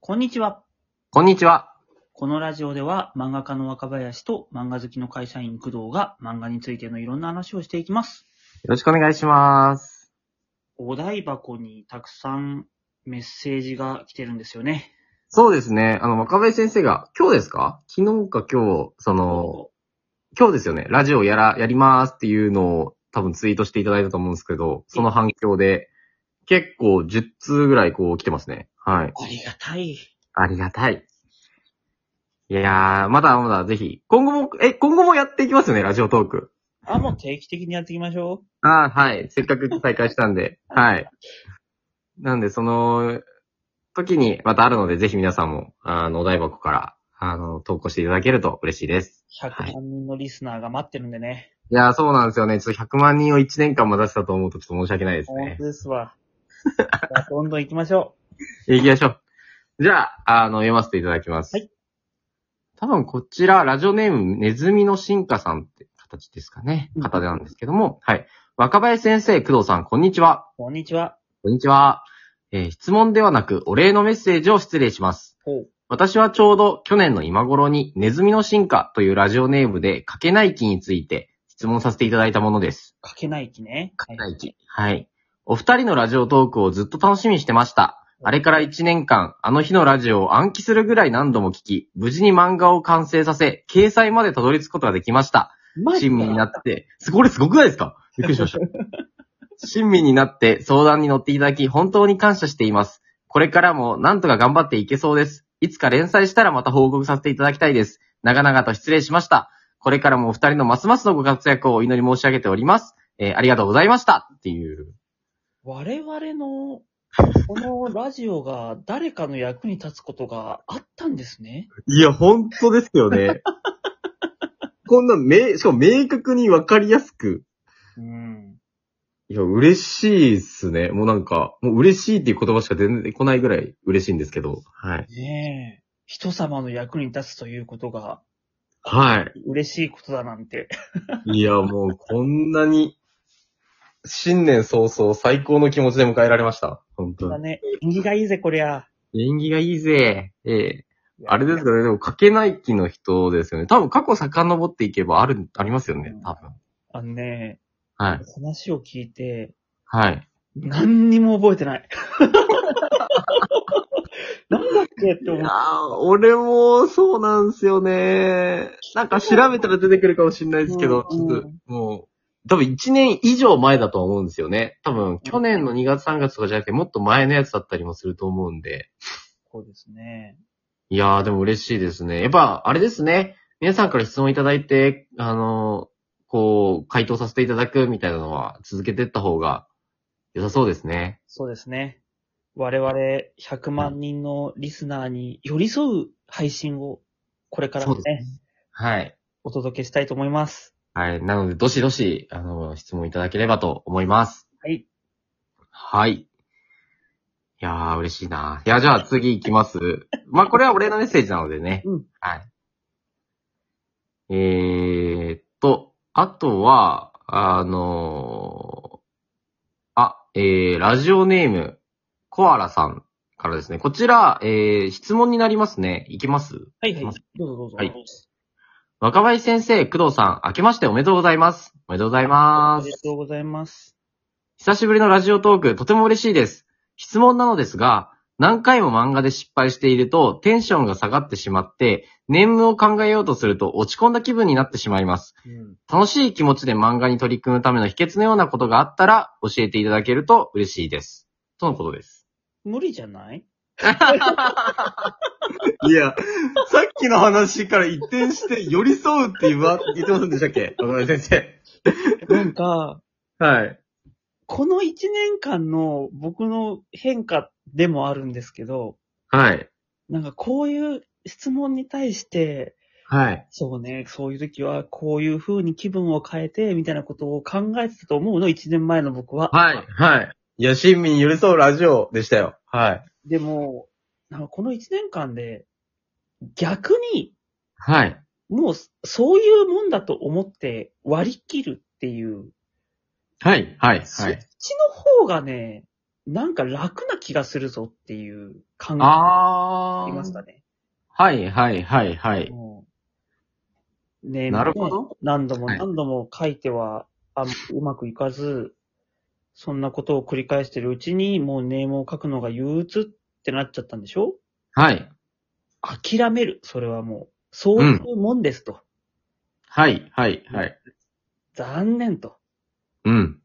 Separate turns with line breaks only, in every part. こんにちは。
こんにちは。
このラジオでは漫画家の若林と漫画好きの会社員工藤が漫画についてのいろんな話をしていきます。
よろしくお願いします。
お台箱にたくさんメッセージが来てるんですよね。
そうですね。あの、若林先生が、今日ですか昨日か今日、その、今日ですよね。ラジオやら、やりますっていうのを多分ツイートしていただいたと思うんですけど、その反響で、結構10通ぐらいこう来てますね。はい。
ありがたい。
ありがたい。いやー、まだまだぜひ、今後も、え、今後もやっていきますよね、ラジオトーク。
あ、もう定期的にやっていきましょ
ああ、はい。せっかく再開したん で。はい。なんで、その、時にまたあるので、ぜひ皆さんも、あの、お台箱から、あの、投稿していただけると嬉しいです。
う。100万人のリスナーが待ってるんでね。
いやー、そうなんですよね。ちょっと100万人を1年間待たせたと思うとちょっと申し訳ないです
本
ね。
当ですわ。じゃあどんどん行きましょ
行きましょう。じゃあ、あの、読ませていただきます。
はい。
多分こちら、ラジオネーム、ネズミの進化さんって形ですかね
う。ん
方でなんですけども、はい。若林先生、工藤さん、こんにちは。
う。こんにちは。
こんにちは。えー質問ではなくお礼のメッセージを失礼します。
ほう。
私はちょうど去年の今頃にネズミの進化というラジオネームでかけない木について質問させていただいたものです。
かけない気ね。か
かけない木。はい。お二人のラジオトークをずっと楽しみにしてました。あれから1年間、あの日のラジオを暗記するぐらい何度も聞き、無事に漫画を完成させ、掲載までたどり着くことができました。
マジ
親
か
身になって、すこれすごくないですかびっくりしま した。親身になって相談に乗っていただき、本当に感謝しています。これからもなんとか頑張っていけそうです。いつか連載したらまた報告させていただきたいです。長々と失礼しました。これからもお二人のますますのご活躍をお祈り申し上げております。えーありがとうございましたっていう。
我々の、このラジオが誰かの役に立つことがあったんですね。
いや、本当ですよ ね。こんな、め、しかも明確にわかりやすく
うん。
いや、嬉しいっすね。もうなんか、もう嬉しいっていう言葉しか全然来ないぐらい嬉しいんですけど。はい。
ねえ。人様の役に立つということが
は
嬉しいことだなんて。
い。いや、もうこんなに、新年早々最高の気持ちで迎えられました。本当
だ
に。
ね。縁起がいいぜ、こりゃ。
演技がいいぜ。ええあれですかね、でも書けない気の人ですよね。多分過去遡っていけばある、ありますよね。多分。
あのね、
はい。
話を聞いて、
はい。
何にも覚えて ない。なんだっけって思う。
ああ、俺もそうなんですよね。なんか調べたら出てくるかもしれないですけど、
うん
ちょっと、もう、多分1年以上前だと思うんですよね。多分去年の2月3月とかじゃなくてもっと前のやつだったりもすると思うんで。
そうですね。
いやーでも嬉しいですね。やっぱ、あれですね。皆さんから質問いただいて、あのーこう、回答させていただくみたいなのは続けてった方が良さそうですね。
そうですね。我々100万人のリスナーに寄り添う配信をこれから
そ
も
うですね
ね、。
はい。
お届けしたいと思います。
はい。なので、どしどし、あの、質問いただければと思います。
はい。
はい。いやー、嬉しいな。いや、じゃあ次行きます。 まあ、これは俺のメッセージなのでね。
うん
はい。えーっと、あとは、あのーあ、えー、ラジオネーム、コアラさんからですね。こちら、えー、質問になりますね。いきます
はいはいい。どうぞどうぞ。
はい若林先生、工藤さん、明けましておめでとうございます。おめでとうござい
あ
ます
り。がとうございます。
久しぶりのラジオトーク、とても嬉しいです。質問なのですが、何回も漫画で失敗しているとテンションが下がってしまって、ネームを考えようとすると落ち込んだ気分になってしまいます。
うん。
楽しい気持ちで漫画に取り組むための秘訣のようなことがあったら教えていただけると嬉しいです。とのことです。
無理じゃない
いや、さっきの話から一転して寄り添うって言わ、言ってませんでしたっけごめん先生。
なんか、
はい。
この一年間の僕の変化でもあるんですけど、
はい。
なんかこういう質問に対して、
はい。
そうね、そういう時はこういう風に気分を変えて、みたいなことを考えてたと思うの、一年前の僕は。
はい。はい。いや、親身に寄り添うラジオでしたよ。はい。
でも、なんかこの一年間で、逆に、
はい。
もうそういうもんだと思って割り切るっていう、
はい、はい、
そ
は
っ
い。
ちの方がね、なんか楽な気がするぞっていう感があ
あ
りまし
ー。
たね。
はいはいはいはい。
もうね
なるほど
何度も
はい
何度も書いては、あうまくいかず、そんなことを繰り返してるうちに、もうネームを書くのが憂鬱ってなっちゃったんでしょ
はい。
諦める。それはもう、そういうもんですと。
はいはいはい。
残念と。
うん。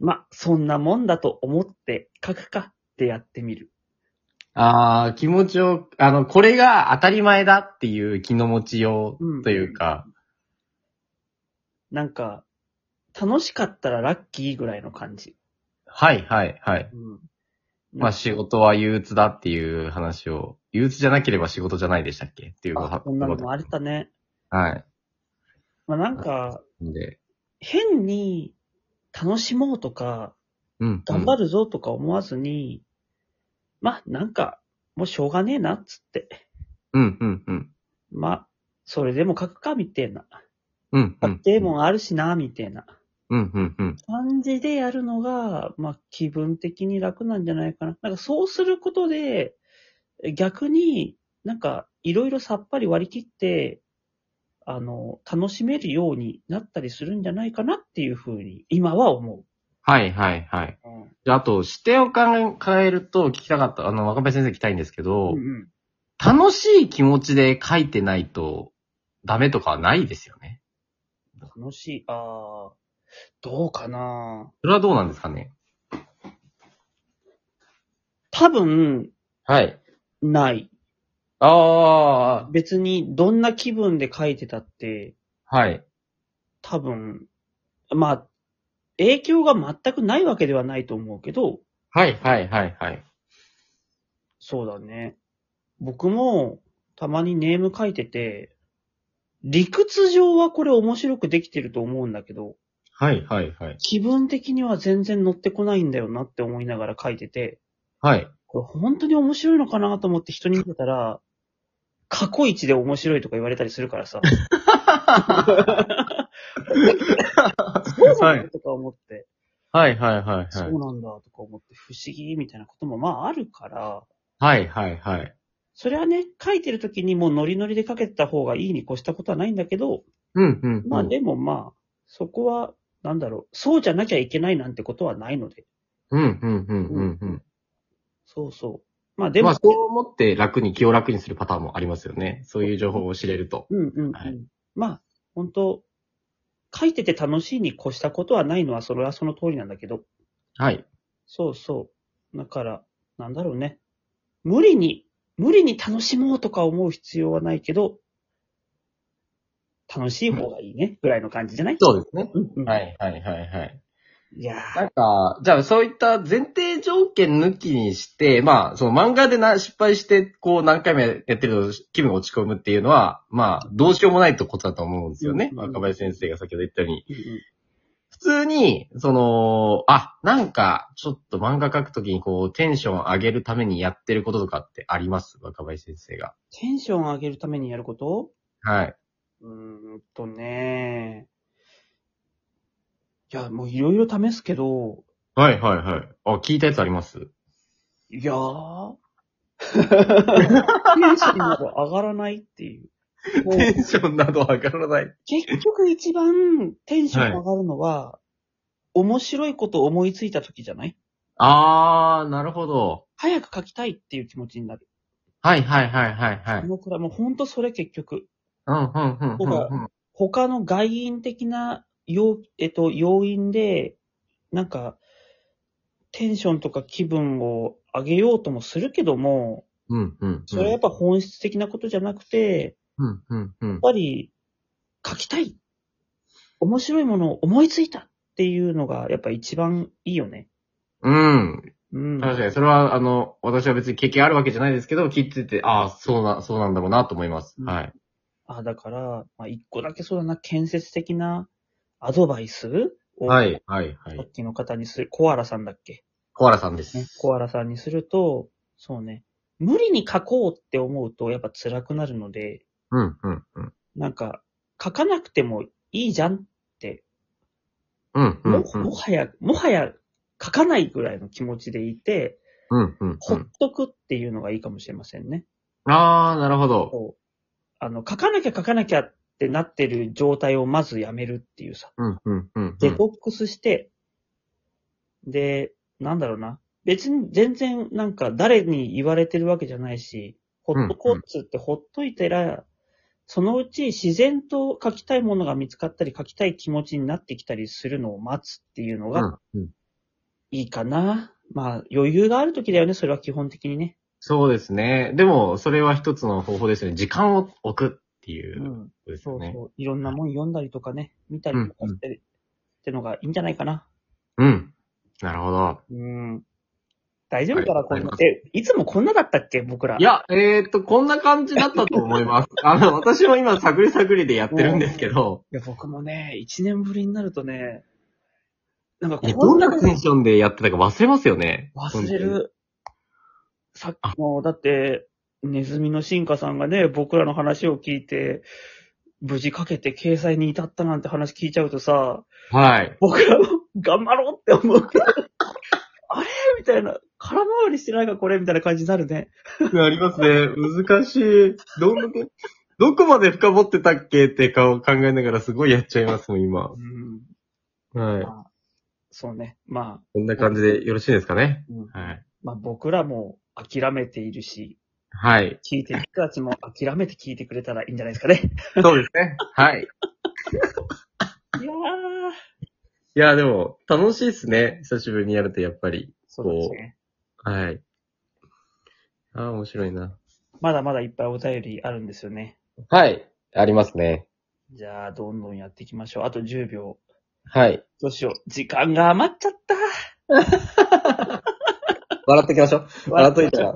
ま、そんなもんだと思って書くかってやってみる。
ああ、気持ちを、あの、これが当たり前だっていう気の持ちようというか、
なんか、楽しかったらラッキーぐらいの感じ。
はいはいはい。
うん。
まあ仕事は憂鬱だっていう話を、憂鬱じゃなければ仕事じゃないでしたっけっていうこと
あこんなのもあれだね。
はい。
まあ、なんか、
で、
変に楽しもうとか、
うん。
頑張
る。
るぞとか思わずに、まあ、なんか、もうしょうがねえな、っつって。
うんうんうん。
まあ、それでも書くか、みたいな。
うんう
買っ
ん。
てもあるしな、みたいな
うんうんうん。
感じでやるのが、まあ、気分的に楽なんじゃないかな。なんか、そうすることで、逆になんか、いろいろさっぱり割り切って、あの、楽しめるようになったりするんじゃないかなっていうふうに、今は思う。
はいはいはい。じゃあ、あと、視点を考え変えると聞きたかった、あの、若林先生聞きたいんですけど、
うん
楽しい気持ちで書いてないとダメとかはないですよね。
うん、楽しい。ああ、どうかな
それはどうなんですかね
多分、
はい。
ない。
あ
別に、どんな気分で書いてたって、
あ、はい。
多分、まあ、影響が全くないわけではないと思うけど、
はいはいはいはい。
そうだね。僕も、たまにネーム書いてて、理屈上はこれ面白くできてると思うんだけど、
はいはいはい。
気分的には全然乗ってこないんだよなって思いながら書いてて、
はい。
これ本当に面白いのかなと思って人に見せたら、過去一で面白いとか言われたりするからさ、そう
は
なん
い
だとか思って、
はいはいはい
そうなんだとか思って、不思議みたいなこともまああるから、
はいはいはい。
それはね、書いてる時にもうノリノリで書けてた方がいいに越したことはないんだけど、
うんうんうん。
まあでもまあ、そこは、なんだろう、そうじゃなきゃいけないなんてことはないので。
うんうんうんうんうん。
そうそう。まあでも、
まあそう思って楽に気を楽にするパターンもありますよね。そういう情報を知れると。
うんうん、うん
はい
まあ、本当書いてて楽しいに越したことはないのは、それはその通りなんだけど。
はい。
そうそう。だから、なんだろうね。無理に、無理に楽しもうとか思う必要はないけど、楽しい方がいいね、ぐらいの感じじゃない
そうですね。
うんうん。
はいはいはいはい。
いやー
なんか、じゃあそういった前提条件抜きにして、まあ、その漫画でな失敗して、こう何回もやってると気分が落ち込むっていうのは、まあ、どうしようもないってことだと思うんですよね。
うんうんうん
若林先生が先ほど言ったように。
うんうん
普通に、その、あ、なんか、ちょっと漫画描くときにこう、テンション上げるためにやってることとかってあります若林先生が。
テンション上げるためにやること
はい。
うーんとね。いや、もういろいろ試すけど、
はいはいはい。あ、聞いたやつあります
いやー。 テンションなど上がらないっていう。もう
テンションなど上がらない。
結局一番テンション上がるのは、面白いことを思いついた時じゃない
あー、なるほど。
早く書きたいっていう気持ちになる。
はいはいはいはいはい。
僕らもうほんとそれ結局。
うんうんうんうんうん。
他の外因的な要,、えっと、要因で、なんか、テンションとか気分を上げようともするけども、
うんうんうん。
それはやっぱ本質的なことじゃなくて、
うんうんうん
やっぱり書きたい面白いものを思いついたっていうのがやっぱ一番いいよね。
うん。
うん。
確かに、それは、あの、私は別に経験あるわけじゃないですけど、聞いてて、ああ、そうな、そうなんだろうなと思います。
うん
はい。
あだから、まあ、一個だけそうだな、建設的なアドバイスを、
はい、はい、は
さ
い。
っきの方にする、コアラさんだっけ
コアラさんで
ね、
す。
コアラさんにすると、そうね、無理に書こうって思うとやっぱ辛くなるので、
うん、うん、うん。
なんか、書かなくてもいいじゃん。
うん、う
も
ん、うん
もはや、もはや書かないぐらいの気持ちでいて、
うん、うん。う
ほっ
ん
とくっていうのがいいかもしれませんね。
ああ、なるほど。
こうあの、書かなきゃ書かなきゃってなってる状態をまずやめるっていうさ。
うん、うん、うん。う
デ
ん
トックスして、で、なんだろうな。別に全然なんか誰に言われてるわけじゃないし、ほっとこうっつってほっといたら、そのうち自然と書きたいものが見つかったり、書きたい気持ちになってきたりするのを待つっていうの
う
が
ん、うん。
いいかな。まあ余裕がある時だよね、それは基本的にね。
そうですね。でも、それは一つの方法ですよね。時間を置くっていううこ
ん。
とです
そ
よ
う
ね。
そう。いろんなもん読んだりとかね、見たりとかして、ってのがいいんじゃないかな。
うん。なるほど。
うん。大丈夫かな、
はい
こん
わ
な。
か
え、いつもこんなだったっけ僕ら。
いや、えーっと、こんな感じだったと思います。 あの、私も今、探り探りでやってるんですけど、
いや、僕もね、一年ぶりになるとね、なんか
いやどんな
こ
テンションでやってたか忘れますよね。
忘れ。る。さっきの、だって、ネズミの進化さんがね、僕らの話を聞いて、無事かけて掲載に至ったなんて話聞いちゃうとさ、
はい。
僕らも頑張ろうって思うけど、 あれみたいな、空回りしてないかこれみたいな感じになるね。
ありますね。難しい。どんなテンどこまで深掘ってたっけって顔考えながらすごいやっちゃいますもん、今
う。ん。
はい。
まあ、そうね。まあ、
こんな感じでよろしいですかね。
うん
はい。
まあ僕らも諦めているし、
はい。
聞いてる人たちも諦めて聞いてくれたらいいんじゃないですかね。
そうですね。 はい。
いやー。
いや、でも、楽しいですね。久しぶりにやると、やっぱり。
そうですね。
はい。ああ、面白いな。
まだまだいっぱいお便りあるんですよね。
はい。ありますね。
じゃあ、どんどんやっていきましょう。あと10秒。
はい。
どうしよう。時間が余っちゃった。
笑っていきましょう。笑っといたら。